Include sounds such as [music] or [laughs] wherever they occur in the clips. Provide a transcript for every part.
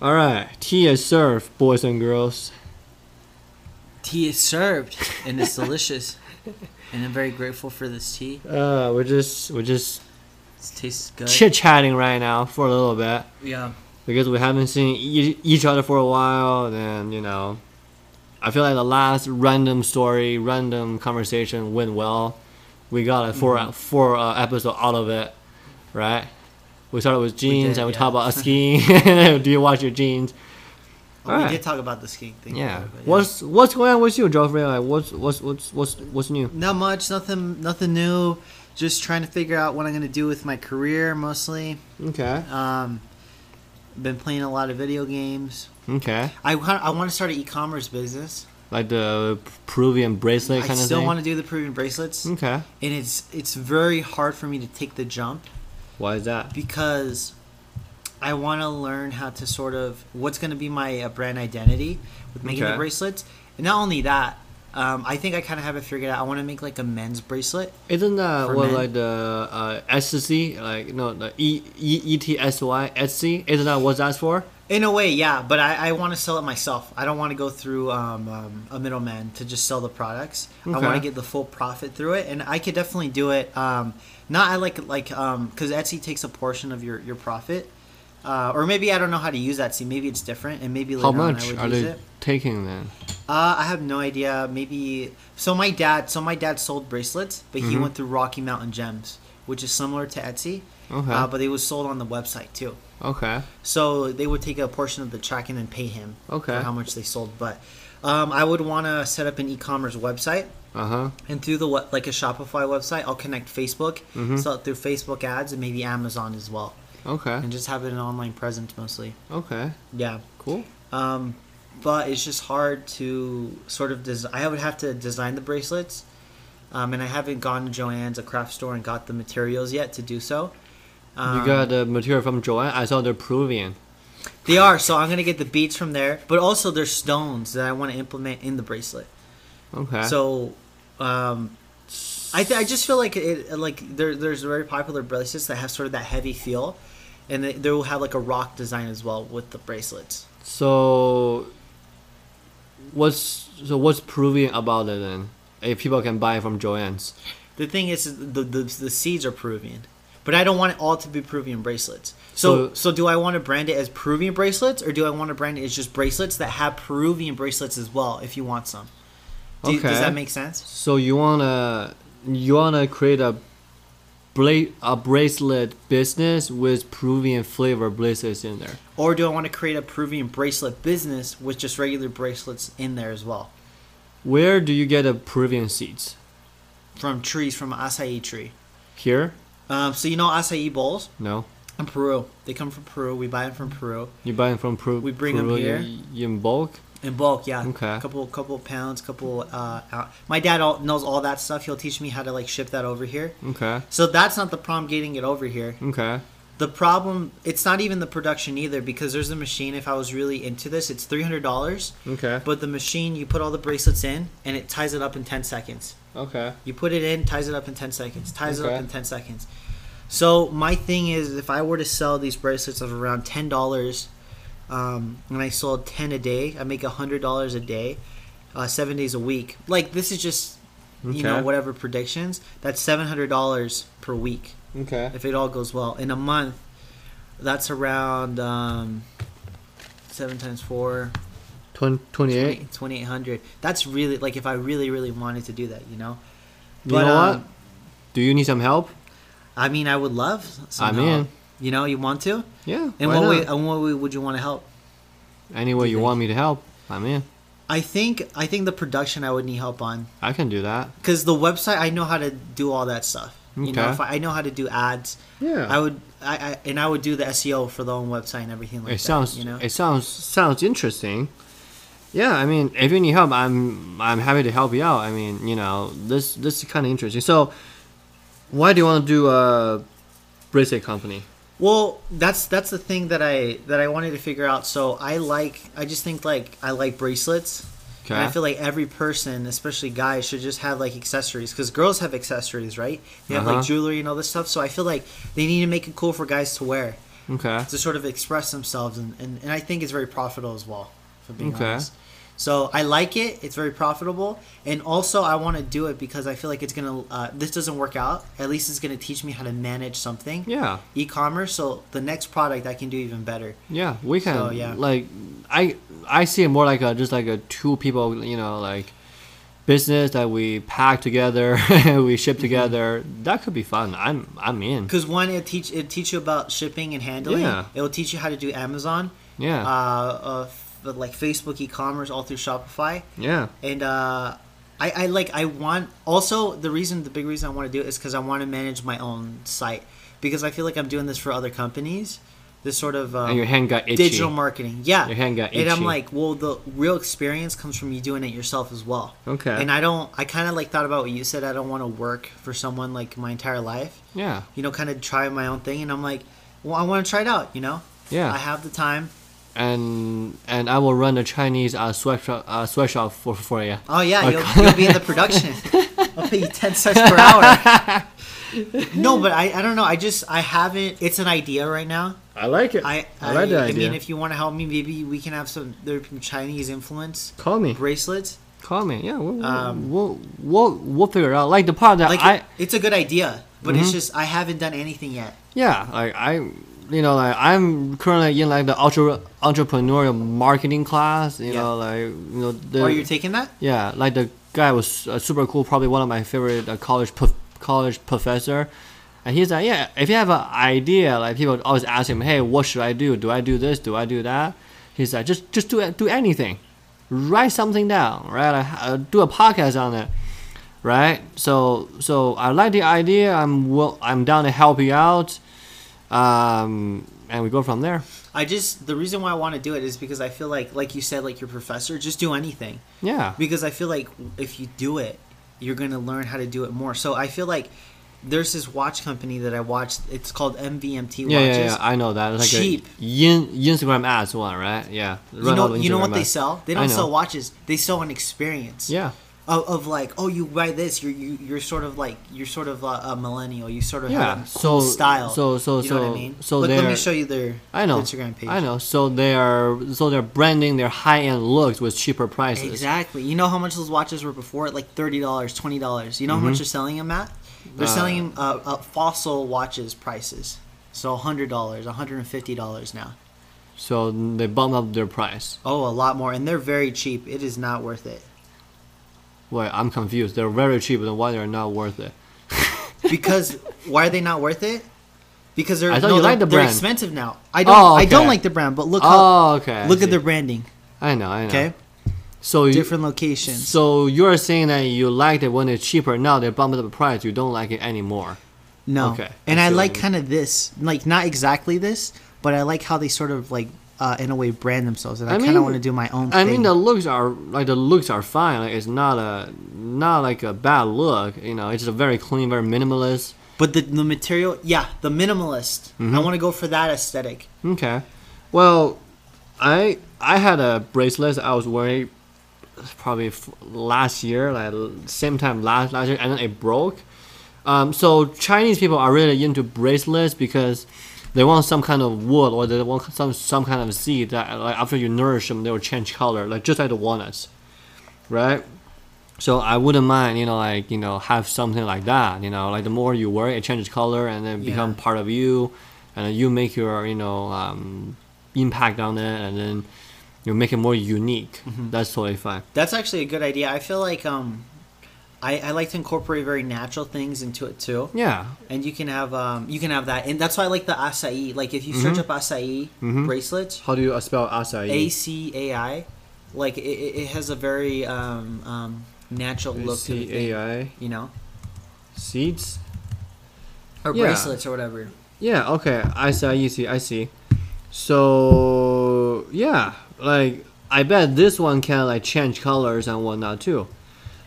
All right, tea is served, boys and girls. Tea is served, and it's delicious. And I'm very grateful for this tea. Uh, we're just we're just It tastes Uh, good. chit chatting right now for a little bit Yeah. because we haven't seen e- each other for a while. And you know, I feel like the last random story, random conversation went well. We got a four four uh, episode out of it, right? We started with jeans did, and we yeah. talked about skiing. [laughs] Do you watch your jeans? But Alright. Oh, We did talk about the skiing thing. Yeah. but What's what's going on with you, Joffrey? Like, what's what's what's what's what's new? Not much. Nothing. Nothing new. Just trying to figure out what I'm gonna do with my career mostly. Okay. Um, been playing a lot of video games. Okay. I wa- I want to start an e-commerce business. Like the Peruvian bracelet I kind of still thing. Hmm. want to do the Peruvian bracelets, and okay. it's it's very hard for me to take the jump Why is that? because I want to learn how to sort of what's going to be my uh, brand identity with making Okay. the bracelets. And not only that, um, I think I kind of have it figured out. I want to make like a men's bracelet. Isn't that For what men? like the uh, SC like no the E E E T S Y SC? Isn't that what that's for? In a way, yeah, but I, I want to sell it myself. I don't want to go through um, um, a middleman to just sell the products. I Okay. want to get the full profit through it, and I could definitely do it. Um, not I like like um 'cause because Etsy takes a portion of your your profit, uh, or maybe I don't know how to use Etsy. Maybe it's different, and maybe later How on I much would are use they it. taking then? Uh, I have no idea. Maybe so. My dad, so my dad sold bracelets, but Mm-hmm. he went through Rocky Mountain Gems, which is similar to Etsy, Okay. uh, but they was sold on the website too. okay. So they would take a portion of the track and then pay him Okay. for how much they sold. But um, I would want to set up an e-commerce website, Uh huh. and through the we- like a Shopify website, I'll connect Facebook, Mm-hmm. sell it through Facebook ads and maybe Amazon as well, Okay. and just have an online presence mostly. Okay. Yeah. Cool. Um, but it's just hard to sort of design. I would have to design the bracelets, um, and I haven't gone to Joann's, a craft store, and got the materials yet to do so. Um, you got the material from Joanne. I saw the Peruvian. They are so I'm gonna get the beads from there, but also there's stones that I want to implement in the bracelet. Okay. So, um, I th- I just feel like it like there there's very popular bracelets that have sort of that heavy feel, and they, they will have like a rock design as well with the bracelets. So what's so what's Peruvian about it then? If people can buy from Joanne's. The thing is, is the, the the seeds are Peruvian, but I don't want it all to be Peruvian bracelets. So So- so, do I want to brand it as Peruvian bracelets, or do I want to brand it as just bracelets that have Peruvian bracelets as well? If you want some, do, Okay. does that make sense? So you wanna you wanna create a bla- a bracelet business with Peruvian flavor bracelets in there. Or do I want to create a Peruvian bracelet business with just regular bracelets in there as well, Where do you get the Peruvian seeds? from trees, from an acai tree? Here? Um, so you know acai bowls No. in Peru, they come from Peru. We buy them from Peru You buy them from Peru. We bring 'em Peruvian in bulk. in bulk. Yeah, Okay. couple couple pounds, couple. Uh, ounce. My dad all, knows all that stuff. He'll teach me how to like ship that over here. Okay. So that's not the problem getting it over here. Okay. The problem, it's not even the production either because there's a machine. If I was really into this, it's three hundred dollars. Okay. But the machine, you put all the bracelets in, and it ties it up in ten seconds. Okay. You put it in, ties it up in ten seconds, ties it Okay. up in ten seconds. So my thing is, if I were to sell these bracelets of around ten dollars, um, and I sold ten a day, I make hundred dollars a day, uh, seven days a week. Like this is just, you know, Okay. whatever predictions. That's seven hundred dollars per week Okay. if it all goes well in a month that's around um, 7 times 4 Twen- 28. 20 2800 that's really like if i really really wanted to do that you know um, You know uh, what? Do you need some help? i mean i would love some I'm help. in. you know you want to Yeah. and why what not? way and what way would you want to help Any way you want me to help, I'm in. i think i think the production i would need help on I can do that. because the website i know how to do all that stuff you know Okay. if I, I know how to do ads Yeah. i would I, I and i would do the seo for the own website and everything like it that sounds you know it sounds sounds interesting yeah i mean if you need help i'm i'm happy to help you out i mean you know this this is kind of interesting so why do you want to do a bracelet company Well, that's that's the thing that I that I wanted to figure out. So I like I just think like I like bracelets. okay And I feel like every person, especially guys, should just have like accessories because girls have accessories, right? They have Uh-huh. like jewelry and all this stuff. So I feel like they need to make it cool for guys to wear. Okay. to sort of express themselves and, and, and I think it's very profitable as well, if I'm being Okay. honest. So I like it. It's very profitable, and also I want to do it because I feel like it's gonna. Uh, this doesn't work out. At least it's gonna teach me how to manage something, Yeah. e-commerce. So the next product I can do even better. Yeah. We can. So, yeah. Like, I I see it more like a, just like a two people. You know, like business that we pack together, [laughs] we ship Mm-hmm. together. That could be fun. I'm I'm in. Because one, it teach it teach you about shipping and handling. Yeah. It will teach you how to do Amazon, uh, Yeah. uh, f- like Facebook e-commerce, all through Shopify. yeah. and uh, I, I like I want also the reason the big reason I want to do it is because I want to manage my own site because I feel like I'm doing this for other companies. This sort of um, and your hand got itchy. digital marketing, yeah. Your hand got And I'm itchy. like, well, the real experience comes from you doing it yourself as well. Okay. And I don't. I kind of like thought about what you said. I don't want to work for someone like my entire life. yeah. You know, kind of try my own thing, and I'm like, well, I want to try it out. You know. Yeah. I have the time. and and I will run a Chinese uh, sweatshop uh, sweatshop for for you. Oh yeah, Okay. you'll, you'll be in the production. I'll pay you ten cents per hour. [laughs] No, but I, I don't know. I just I haven't. It's an idea right now. I like it. I I, I mean, if you want to help me, maybe we can have some there be Chinese influence call me, bracelets. call me. Yeah, we'll, Um, we'll we'll we'll figure it out. Like the part that Like I it- it's a good idea, but Mm-hmm. it's just I haven't done anything yet. yeah like I you know like I'm currently in like the ultra entrepreneurial marketing class. You Yeah. know like you know the Are you taking that? yeah like the guy was uh, super cool. Probably one of my favorite uh, college prof- college professor. And he's like, yeah, if you have an idea, like people always ask him, hey, what should I do? Do I do this? Do I do that? He's like, just just do do anything, write something down, right? Like, uh, do a podcast on it, right? So so I like the idea. I'm will I'm down to help you out, um, and we go from there. I just the reason why I want to do it is because I feel like like you said like your professor just do anything. Yeah, because I feel like if you do it, you're going to learn how to do it more. So I feel like there's this watch company that I watched. It's called MVMT watches. yeah, yeah, yeah. I know that. It's like Cheap. a in, Instagram ads one, right? Yeah. You Run all know, the you know Instagram what they ads. sell? They I don't know. sell watches. They sell an experience. Yeah. Of, of like, oh, you buy this. You're you, you're sort of like you're sort of a, a millennial. You sort of Yeah, have a cool so- style. so- so- you know what I so- mean. so Look, let me they're- show you their I know. Instagram page. I know. So they are so they're branding their high end looks with cheaper prices. Exactly. You know how much those watches were before? Like thirty dollars, twenty dollars. You know how much they're selling them at? They're Mm-hmm. Uh, selling 'em, uh, uh, fossil watches prices. So hundred dollars, one hundred and fifty dollars now. So they bump up their price. Oh, a lot more, and they're very cheap. It is not worth it Wait, I'm confused. They're very cheap, then why they're not worth it? [laughs] because why are they not worth it? Because they're I thought no, you they're, liked the they're brand. expensive now. I don't. Oh, I don't okay. like the brand, but look Oh, how okay. I look see. at their branding. I know. I know. Okay, So you, different locations. So you're saying that you liked it when it's cheaper. Now they bump up the price. You don't like it anymore. No. Okay. And I I see what like you kind of this, like not exactly this, but I like how they sort of like uh, in a way brand themselves, and I, I kind of mean- want to do my own. I thing. mean, the looks are like the looks are fine. Like it's not a not like a bad look. You know, it's a very clean, very minimalist. but the, the material, yeah, the minimalist. Mm-hmm. I want to go for that aesthetic. Okay. Well, I I had a bracelet I was wearing probably f- last year, like l- same time last last year, and then it broke. Um, so Chinese people are really into bracelets because they want some kind of wood or they want some some kind of seed that like after you nourish them, they will change color, like just like the walnuts, right? So I wouldn't mind, you know, like you know, have something like that. You know, like the more you wear it, it changes color and then become Yeah. part of you, and then you make your you know um, impact on it, and then you make it more unique. That's totally fine. That's actually a good idea. I feel like um, I, I like to incorporate very natural things into it too. Yeah, And you can have um, you can have that, and that's why I like the acai. Like if you search up acai bracelets, How do you spell Mm-hmm. acai? A C A I, like it, it it has a very um, um, natural look to the thing. A-C-A-I. You know. Seeds? or Yeah. bracelets or whatever. Yeah, okay. I see, I see, I see. So, yeah. Like, I bet this one can, like, change colors and whatnot, too.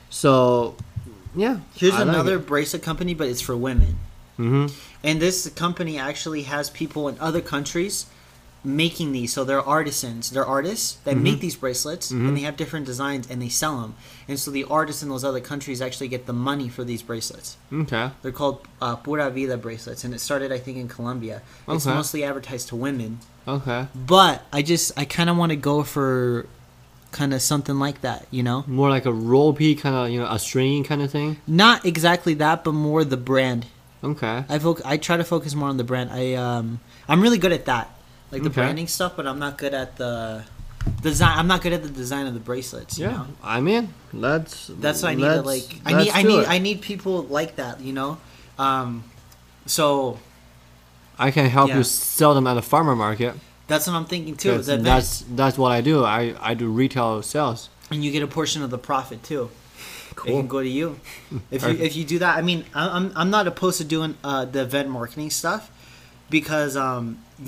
So, yeah. Here's I like another it. bracelet company, but it's for women. Mhm. And this company actually has people in other countries making these. So they're artisans. They're artists that make these bracelets, and they have different designs, and they sell them. And so the artists in those other countries actually get the money for these bracelets. Okay. They're called uh, Pura Vida bracelets, and it started, I think, in Colombia. It's Okay. mostly advertised to women, Okay. but I just I kind of want to go for kind of something like that, you know? More like a ropey kind of, you know, a stringy kind of thing. Not exactly that, but more the brand. Okay. I foc- I try to focus more on the brand. I um I'm really good at that, like the Okay. branding stuff, but I'm not good at the design. I'm not good at the design of the bracelets. You Yeah. know? I'm in. Let's. that's what I need to let's- like. I let's need I do need it. I need people like that. You know, um, so I can help Yeah. you sell them at a farmer market. that's what I'm thinking too. 'cause That that's that's what I do. I I do retail sales. and you get a portion of the profit too. It Cool. can go to [laughs] you. If you Perfect. if you do that, I mean, I- I'm I'm not opposed to doing uh, the event marketing stuff because um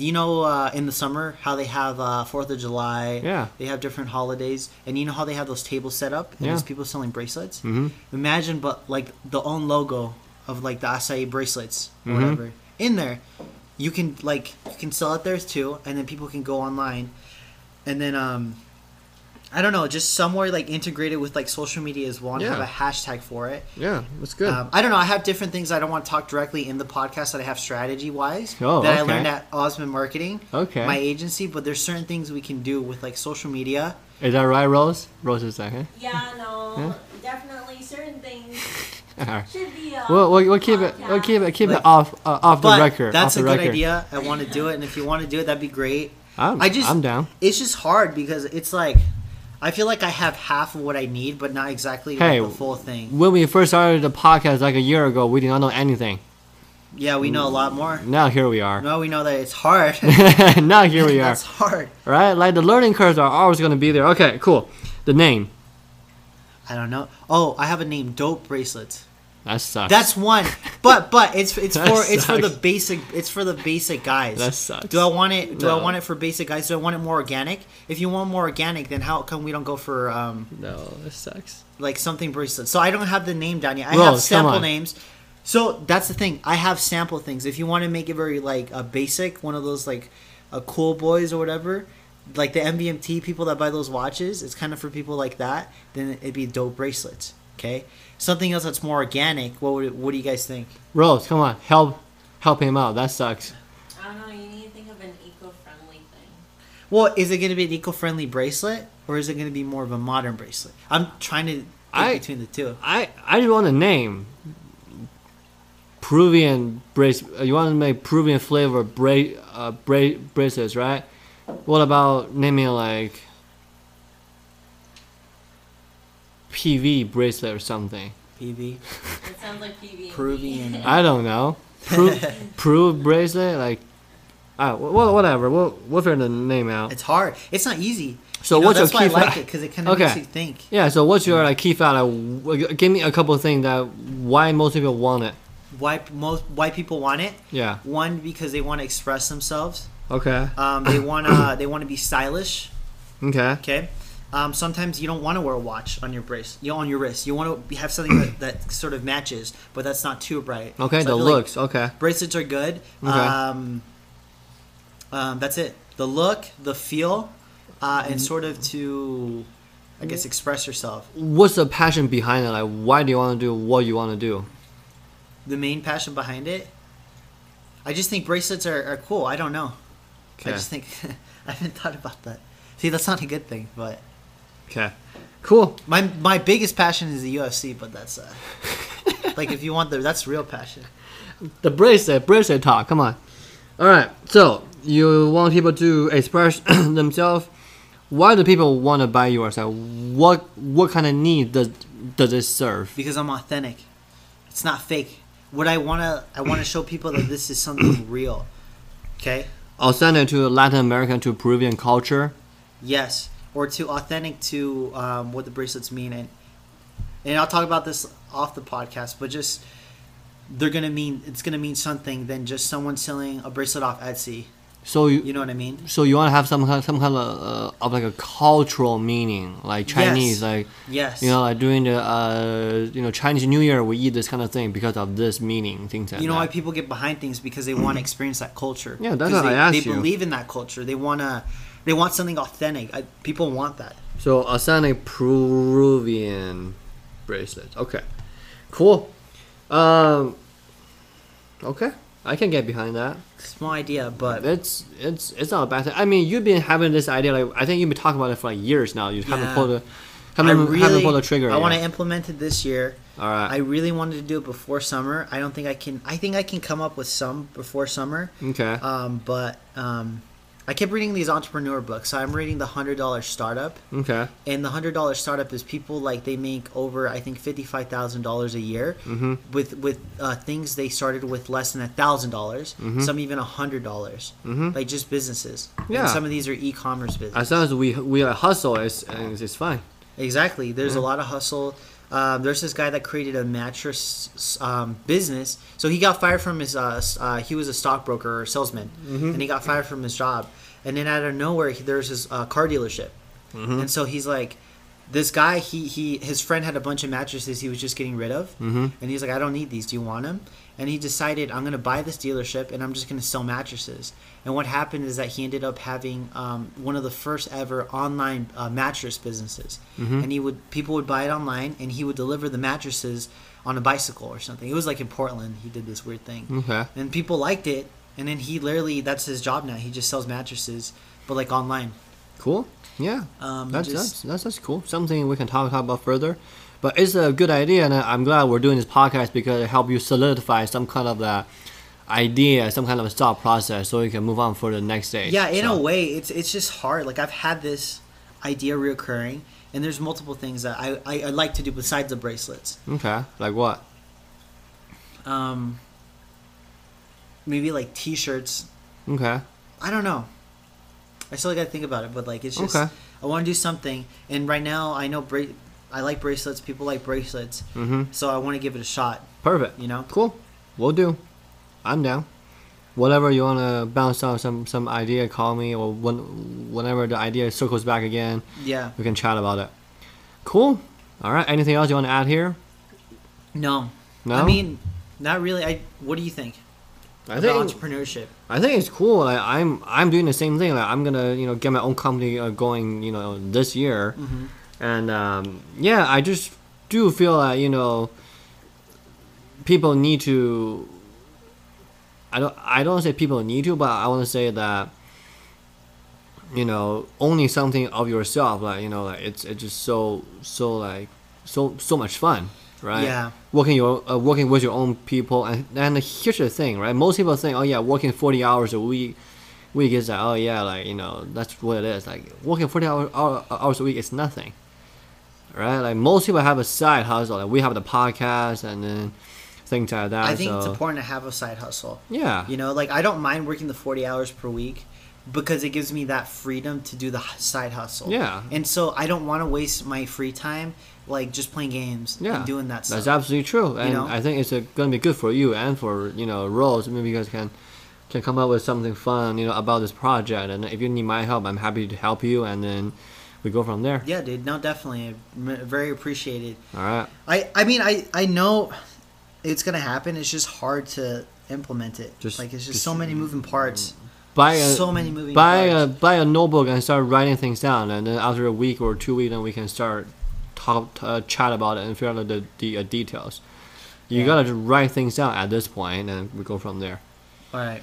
you know uh, in the summer how they have uh, Fourth of July, Yeah. they have different holidays, and you know how they have those tables set up and Yeah. there's people selling bracelets. Mhm. Imagine, but like the own logo of like the acai bracelets or Mhm. whatever in there. You can like you can sell it there too, and then people can go online, and then um, I don't know, just somewhere like integrated with like social media as well, and have Yeah. a hashtag for it. Yeah, that's good. Um, I don't know. I have different things I don't want to talk directly in the podcast that I have strategy wise Oh, that I okay. learned at Osmond Marketing, Okay. my agency. But there's certain things we can do with like social media. is that right, Rose? Rose is [laughs] second. Yeah, no, definitely certain things All right. should be. Uh, We'll, we'll, we'll keep it. We'll keep it. Keep Like- it off uh, off the But record. that's off the a good record. idea. I want to do it, and if you want to do it, that'd be great. I'm, I just- I'm down. It's just hard because it's like I feel like I have half of what I need, but not exactly Hey. like, the full thing. When we first started the podcast like a year ago, we did not know anything. Yeah, we know a lot more. Now here we are. [laughs] No, we know that it's hard. now Mm. [laughs] here we are. [laughs] That's hard. Right? Like the learning curves are always going to be there. Okay, cool. The name. I don't know. Oh, I have a name. Dope bracelets. That sucks. That's one. But but it's it's That for it's for the sucks. basic it's for the basic guys. That sucks. Do I want it? Do No. I want it for basic guys? Do I want it more organic? If you want more organic, then how come we don't go for um no. That sucks. like something bracelet? So I don't have the name down yet. I Rose, have come sample on. names. So that's the thing. I have sample things. If you want to make it very like a basic, one of those like a cool boys or whatever, like the MBMT people that buy those watches, it's kind of for people like that. Then it'd be dope bracelets. Okay, something else that's more organic. What would it, what do you guys think? Rose, come on, help, help him out. That sucks. I don't know. You need to think of an eco-friendly thing. Well, is it going to be an eco-friendly bracelet, or is it going to be more of a modern bracelet? I'm trying to think I- between the two. I I just want a name. Peruvian brace. uh, You want to make Peruvian flavor bra- uh, bra- braces, right? What about naming like PV bracelet or something? PB. It sounds like PB. Peruvian. I don't know. [laughs] Peru, Peru bracelet, like, ah, well, whatever. We'll we'll figure the name out. It's hard. It's not easy. So You know, what's your that's why I key like fa- it because it kind of Okay. makes you think. Yeah. So what's your like key fact? Like, w- give me a couple of things that why most people want it. Why most why people want it? Yeah. One because they want to express themselves. Okay. Um, they want to [coughs] they want to be stylish. Okay. Okay. Um, sometimes you don't want to wear a watch on your brace, you know, on your wrist. You want to have something that, that sort of matches, but that's not too bright. Okay. So I the feel like looks. okay. bracelets are good. Okay. Um, um, that's it. The look, the feel, uh, Mm-hmm. and sort of to, I guess, express yourself. what's the passion behind it? Like, why do you want to do what you want to do? The main passion behind it. I just think bracelets are, are cool. I don't know. I just think [laughs] I haven't thought about that. See, that's not a good thing, but Okay. Cool. my my biggest passion is the UFC, but that's uh, like if you want the that's real passion. The bracelet, bracelet talk. Come on. All right. So you want people to express [clears throat] themselves. Why do people want to buy yours? Like, what what kind of need does does it serve? because I'm authentic. It's not fake. What I wanna I wanna show people that this is something real. Okay? Authentic to Latin American to Peruvian culture. Yes. Or to authentic to um, what the bracelets mean and and I'll talk about this off the podcast, but just they're gonna mean it's gonna mean something than just someone selling a bracelet off Etsy. So you, You know what I mean? so you want to have some kind some kind of, uh, of like a cultural meaning, like Chinese, Yes. like Yes. you know, like during the uh, you know Chinese New Year, we eat this kind of thing because of this meaning, things like you know why that. people get behind things because they want to experience that culture. Yeah, that's 'Cause what they, I asked They you. believe in that culture. They wanna, they want something authentic. I, people want that. So authentic Peruvian bracelet. Okay, cool. Um, okay, I can get behind that. Small idea, but It's it's it's not a bad thing. I mean, you've been having this idea. Like I think you've been talking about it for like years now. You haven't Yeah. pulled the I haven't, really, haven't pulled the trigger. I yet. want to implement it this year. All right. I really wanted to do it before summer. I don't think I can. I think I can come up with some before summer. okay. Um, but um, I kept reading these entrepreneur books. So I'm reading the Hundred Dollar Startup, okay. and the Hundred Dollar Startup is people like they make over I think fifty five thousand dollars a year with with uh, things they started with less than a thousand dollars, some even a hundred dollars, like just businesses. And Yeah. some of these are e commerce businesses. As long as we we like, hustle, it's it's, it's fine. Exactly. There's a lot of hustle. Um, there's this guy that created a mattress um, business. So he got fired from his. Uh, s- uh, he was a stockbroker or salesman, and he got fired from his job. And then out of nowhere, he, there's his uh, car dealership, Mm-hmm. and so he's like, this guy. He he his friend had a bunch of mattresses he was just getting rid of, Mm-hmm. and he's like, I don't need these. Do you want them? And he decided I'm gonna buy this dealership and I'm just gonna sell mattresses. And what happened is that he ended up having um, one of the first ever online uh, mattress businesses. Mm-hmm. And he would people would buy it online and he would deliver the mattresses on a bicycle or something. It was like in Portland. He did this weird thing. Okay. And people liked it. And then he literally that's his job now. He just sells mattresses, but like online. Cool. Yeah. Um, that's, just- that's that's that's cool. Something we can talk, talk about further. But it's a good idea, and I'm glad we're doing this podcast because it helps you solidify some kind of that idea, some kind of a thought process, so you can move on for the next day. Yeah, in so, a way, it's it's just hard. Like I've had this idea reoccurring, and there's multiple things that I I, I like to do besides the bracelets. Okay. Like what? Um, maybe like T-shirts. Okay. I don't know. I still got to think about it, but like it's just Okay. I want to do something, and right now I know bra- I like bracelets. People like bracelets, Mm-hmm. so I want to give it a shot. Perfect. You know? Cool. We'll do. I'm down. Whatever you wanna bounce off some some idea, call me or when whenever the idea circles back again, Yeah. we can chat about it. Cool. All right. Anything else you want to add here? No. No. I mean, not really. I. What do you think? I about think entrepreneurship. I think it's cool. Like, I'm I'm doing the same thing. Like, I'm gonna you know get my own company uh, going. You know this year, Mm. Mm-hmm. and um, yeah, I just do feel like you know people need to. I don't I don't say people need to, but I want to say that you know owning something of yourself, like you know, like it's it's just so so like so so much fun, right? Yeah. working your uh, working with your own people and and here's the thing right most people think oh yeah working 40 hours a week week is like oh yeah like you know that's what it is like working 40 hour, hour, hours a week is nothing right like most people have a side hustle like we have the podcast and then things like that I think it's so- important to have a side hustle. yeah You know, like I don't mind working the 40 hours per week because it gives me that freedom to do the h- side hustle. Yeah. And so I don't want to waste my free time like just playing games yeah and doing that stuff. that's absolutely true and know? i think it's uh gonna be good for you and for you know rose maybe you guys can can come up with something fun you know about this project and if you need my help i'm happy to help you and then we go from there yeah, dude. No, definitely. M- Very appreciated. all right I I mean, I I know it's going to happen. It's just hard to implement it. Just- like it's just, just- so many moving parts. buy a, So many moving buy a parts. buy a notebook and start writing things down and then after a week or two weeks then we can start talk uh, chat about it and figure out the, the uh, details you Yeah. gotta just write things down at this point and we go from there All right.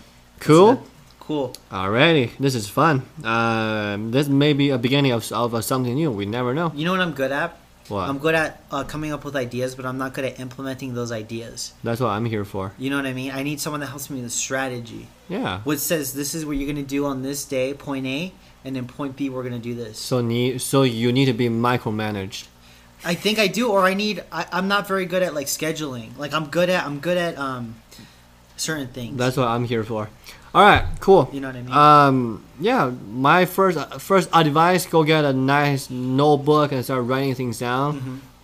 cool Cool. alrighty this is fun um, this may be a beginning of, of uh, something new we never know You know what I'm good at? What? I'm good at uh, coming up with ideas, but I'm not good at implementing those ideas. that's what i'm here for You know what I mean? I need someone that helps me with strategy. yeah Which says this is what you're gonna do on this day, point A, and then point B we're gonna do this. so need so you need to be micromanaged I think I do, or I need I, I'm not very good at like scheduling. Like I'm good at I'm good at um certain things. That's what I'm here for. All right, cool. You know what I mean? Um, yeah. uh, My first first advice: go get a nice notebook and start writing things down.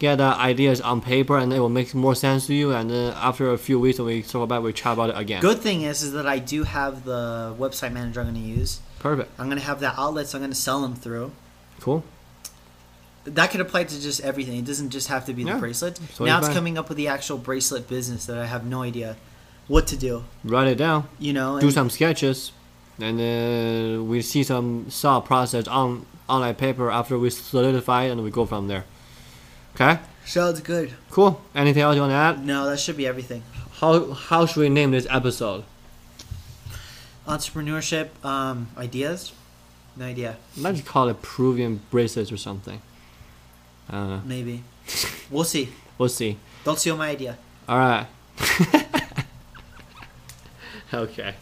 get the ideas on paper, and it will make more sense to you. And then after a few weeks, when we circle back, we chat about it again. Good thing is, is that I do have the website manager I'm going to use. Perfect. I'm going to have that outlet, so I'm going to sell them through. Cool. That could apply to just everything. It doesn't just have to be the Yeah. bracelets. Totally now it's fine. coming up with the actual bracelet business that I have no idea what to do. Write it down. You know, do and- some sketches, and then we see some thought process on on that paper after we solidify, it and we go from there. Okay, Sounds good. cool. Anything else you want to add? No, that should be everything. How how should we name this episode? Entrepreneurship um, ideas. No idea. Let's call it Peruvian bracelets or something. I don't know. Maybe. We'll see. We'll see. Don't steal my idea. All right. [laughs] okay.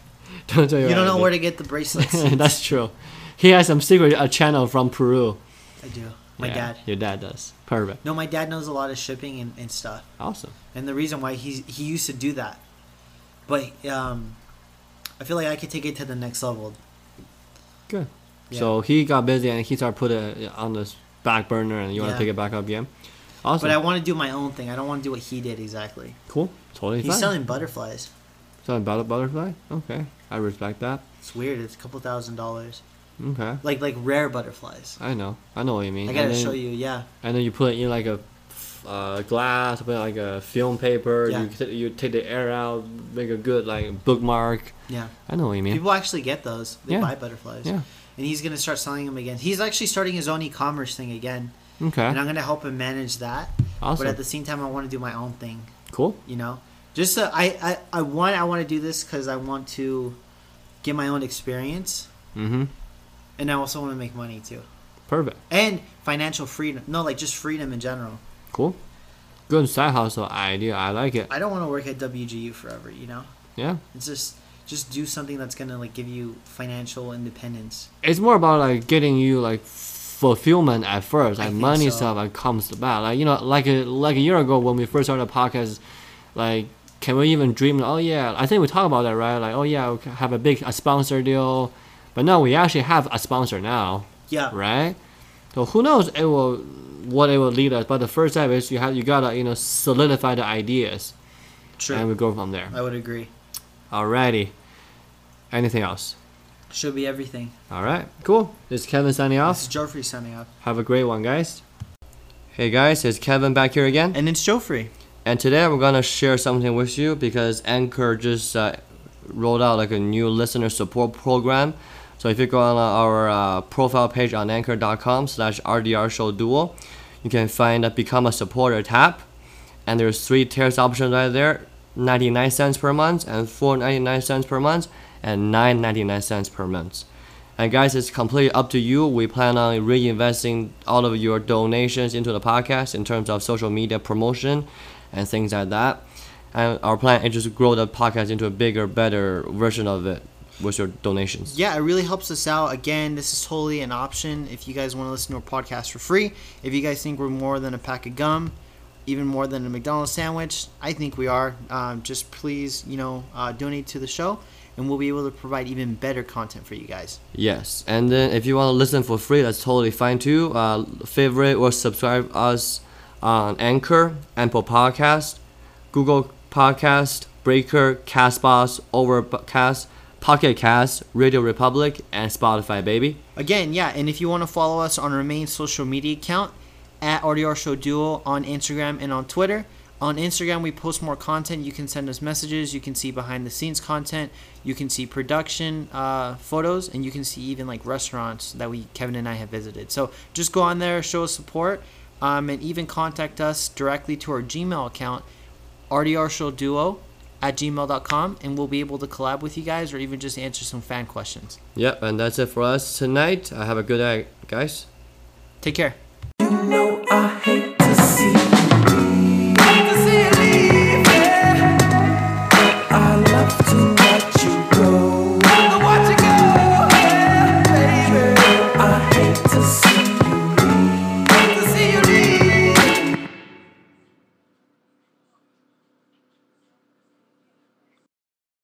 Don't tell You don't know where what to get the [laughs] bracelets. idea. That's true. He has some secret uh channel from Peru. I do. My Yeah, dad. Your dad does. Perfect. No, my dad knows a lot of shipping and, and stuff. Awesome. and the reason why he he used to do that. But um, I feel like I could take it to the next level. Good. Yeah. So he got busy and he started put it on this back burner, and you want Yeah. to pick it back up again. Awesome. But I want to do my own thing. I don't want to do what he did exactly. cool. Totally He's fine. selling butterflies. selling battle butterfly. Okay, I respect that. It's weird. It's a couple thousand dollars. Okay, Like like rare butterflies. I know. I know what you mean. I gotta and then, show you. Yeah, And then you put it in like a uh, glass, put it like a film paper. Yeah. You t- you take the air out, make a good like bookmark. yeah. I know what you mean. People actually get those. They Yeah. buy butterflies. Yeah. And he's gonna start selling them again. He's actually starting his own e-commerce thing again, okay. and I'm gonna help him manage that. Awesome. But at the same time, I want to do my own thing. cool. you know just so i i, I want i want to do this because i want to get my own experience Mm-hmm. and i also want to make money too Perfect. and financial freedom no like just freedom in general Cool. Good side hustle idea. I like it. i don't want to work at wgu forever you know Yeah. it's just just do something that's gonna like give you financial independence it's more about like getting you like fulfillment at first I like think money so. stuff like comes back like you know like a, like a year ago when we first started the podcast like can we even dream oh yeah i think we talked about that right like oh yeah we can have a big a sponsor deal but no we actually have a sponsor now yeah right so who knows it will what it will lead us but the first step is you have you gotta you know solidify the ideas true and we go from there i would agree alrighty anything else should be everything all right cool this is kevin signing off this is joffrey signing up have a great one, guys. Hey guys, it's Kevin back here again, and it's joffrey and today I'm gonna share something with you because Anchor just uh, rolled out like a new listener support program. So if you go on our uh, profile page on anchor.com/slash RDR Show Duo, you can find a Become a Supporter tab, and there's three tiers options right there: 99 cents per month, and 4.99 cents per month, and 9.99 cents per month. And guys, it's completely up to you. We plan on reinvesting all of your donations into the podcast in terms of social media promotion and things like that. And our plan is just grow the podcast into a bigger, better version of it with your donations. Yeah, it really helps us out. Again, this is totally an option if you guys want to listen to our podcast for free. If you guys think we're more than a pack of gum, even more than a McDonald's sandwich, I think we are. Um, just please, you know, uh, donate to the show, and we'll be able to provide even better content for you guys. Yes, and then if you want to listen for free, that's totally fine too. Uh, favorite or subscribe us on Anchor, Apple Podcast, Google Podcast, Breaker, Castbox, Overcast, Pocket Cast, Radio Republic, and Spotify, baby. Again, yeah, and if you want to follow us on our main social media account at RDR Show Duo on Instagram and on Twitter. On Instagram, we post more content. You can send us messages. You can see behind the scenes content. You can see production uh, photos, and you can see even like restaurants that we Kevin and I have visited. So just go on there, show us support, um, and even contact us directly to our Gmail account, rdrshowduo at gmail.com, and we'll be able to collab with you guys or even just answer some fan questions. Yep, and that's it for us tonight. Uh, have a good night, guys. Take care. You know I hate